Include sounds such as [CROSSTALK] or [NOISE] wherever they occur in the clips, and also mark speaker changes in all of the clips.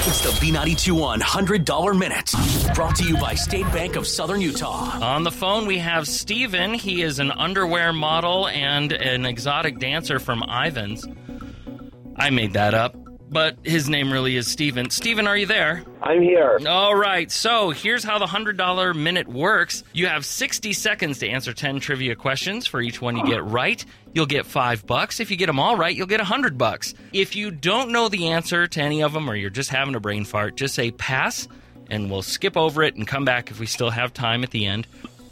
Speaker 1: It's the B92 $100 Minute, brought to you by State Bank of Southern Utah.
Speaker 2: On the phone, we have Steven. He is an underwear model and an exotic dancer from Ivan's. I made that up, but his name really is Steven. Steven, are you there?
Speaker 3: I'm here.
Speaker 2: All right, so here's how the $100 minute works. You have 60 seconds to answer 10 trivia questions. For each one you get right, you'll get 5 bucks. If you get them all right, you'll get 100 bucks. If you don't know the answer to any of them or you're just having a brain fart, just say pass and we'll skip over it and come back if we still have time at the end.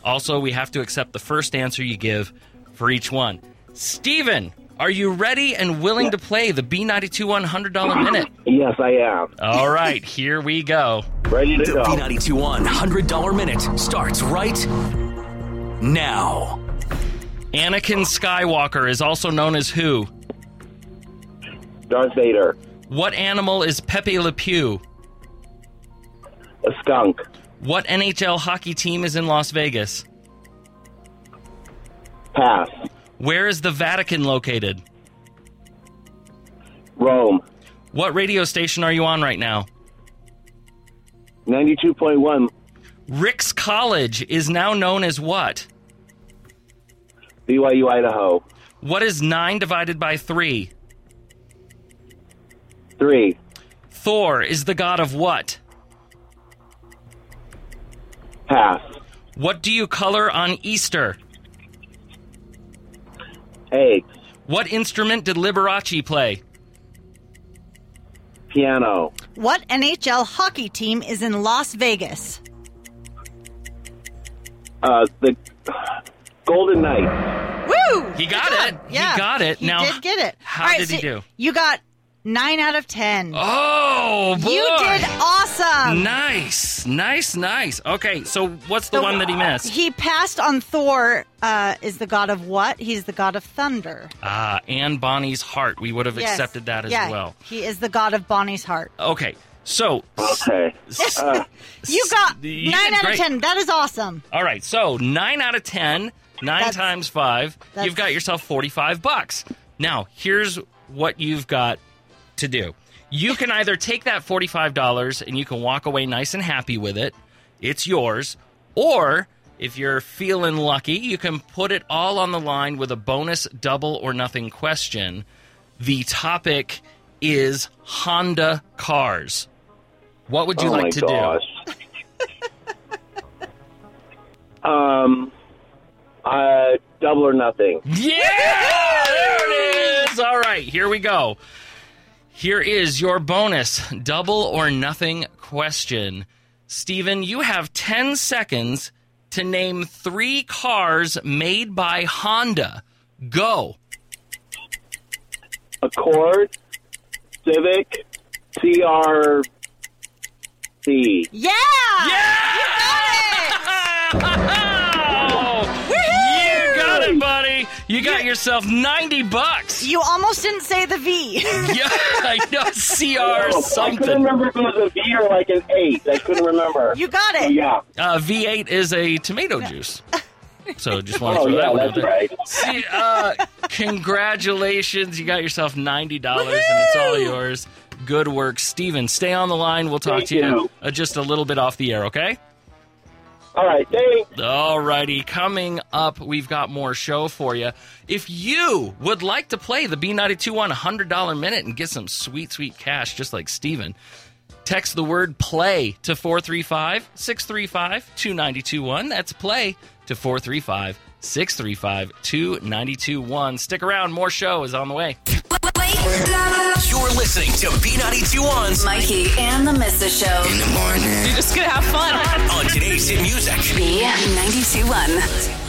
Speaker 2: Also, we have to accept the first answer you give for each one. Steven, are you ready and willing to play the B92 $100 minute?
Speaker 3: Yes, I am.
Speaker 2: All right, here we go.
Speaker 3: Ready to
Speaker 1: The
Speaker 3: go.
Speaker 1: B92 $100 Minute starts right now.
Speaker 2: Anakin Skywalker is also known as who?
Speaker 3: Darth Vader.
Speaker 2: What animal is Pepe Le Pew?
Speaker 3: A skunk.
Speaker 2: What NHL hockey team is in Las Vegas?
Speaker 3: Pass.
Speaker 2: Where is the Vatican located?
Speaker 3: Rome.
Speaker 2: What radio station are you on right now?
Speaker 3: 92.1.
Speaker 2: Rick's College is now known as what?
Speaker 3: BYU, Idaho.
Speaker 2: What is 9 divided by 3?
Speaker 3: 3.
Speaker 2: Thor is the god of what?
Speaker 3: Pass.
Speaker 2: What do you color on Easter?
Speaker 3: Eggs.
Speaker 2: What instrument did Liberace play?
Speaker 3: Piano.
Speaker 4: What NHL hockey team is in Las Vegas?
Speaker 3: Uh, the Golden Knights.
Speaker 4: Woo!
Speaker 2: He
Speaker 4: Good
Speaker 2: got
Speaker 4: job.
Speaker 2: it. He
Speaker 4: Yeah,
Speaker 2: got it.
Speaker 4: He
Speaker 2: Now,
Speaker 4: did get it.
Speaker 2: how
Speaker 4: All right,
Speaker 2: did he
Speaker 4: so
Speaker 2: do?
Speaker 4: You got nine out of ten.
Speaker 2: Oh, boy.
Speaker 4: you did awesome.
Speaker 2: Nice, nice, nice. Okay, so what's the, one that he missed?
Speaker 4: He passed on Thor. Uh, is the god of what? He's the god of thunder.
Speaker 2: Ah, and Bonnie's heart. We would have
Speaker 4: Yes.
Speaker 2: accepted that as
Speaker 4: Yeah,
Speaker 2: well.
Speaker 4: He is the god of Bonnie's heart.
Speaker 2: Okay,
Speaker 4: [LAUGHS]
Speaker 2: so
Speaker 3: Okay.
Speaker 2: s-
Speaker 4: You got
Speaker 2: you
Speaker 4: nine
Speaker 2: did
Speaker 4: out
Speaker 2: great.
Speaker 4: of ten. That is awesome.
Speaker 2: all right, so nine out of ten, nine
Speaker 4: That's-
Speaker 2: times five,
Speaker 4: that's-
Speaker 2: you've got yourself forty-five bucks. Now, here's what you've got to do. You can either take that forty-five dollars and you can walk away nice and happy with it. It's yours, or if you're feeling lucky, you can put it all on the line with a bonus double or nothing question. The topic is Honda cars. What would you
Speaker 3: oh my
Speaker 2: like to do?
Speaker 3: gosh. um, uh, double or nothing.
Speaker 2: Yeah! There it is! All right, here we go. Here is your bonus double or nothing question. Steven, you have 10 seconds to name three cars made by Honda. Go.
Speaker 3: Accord. Civic. CRC.
Speaker 4: Yeah.
Speaker 2: Yeah! [LAUGHS] You got it, buddy. You got yourself 90 bucks.
Speaker 4: You almost didn't say the V. [LAUGHS]
Speaker 2: Yeah, [LAUGHS] Oh I [LAUGHS] know. CR
Speaker 3: I couldn't
Speaker 2: something.
Speaker 3: remember if it was a V or like an eight. I couldn't remember.
Speaker 4: you got
Speaker 3: Oh,
Speaker 4: it.
Speaker 3: yeah.
Speaker 2: Uh, V8 is a tomato juice. So just want to
Speaker 3: Oh
Speaker 2: throw that
Speaker 3: yeah,
Speaker 2: one out there.
Speaker 3: that's right.
Speaker 2: See, uh, congratulations. You got yourself $90 and it's all yours. Good work, Steven. Stay on the line. We'll talk
Speaker 3: Thank
Speaker 2: to you,
Speaker 3: you.
Speaker 2: Uh, just a little bit off the air, okay?
Speaker 3: All right, thanks.
Speaker 2: Alrighty, coming up, we've got more show for you. If you would like to play the B92 on $100 minute and get some sweet, sweet cash, just like Steven, text the word play to 435 635 2921. That's play to 435 635 2921. Stick around, more show is on the way.
Speaker 1: You're listening to B92
Speaker 5: Mikey and the Missa Show.
Speaker 6: You're just gonna have fun.
Speaker 1: on today's hit music.
Speaker 5: B92 1.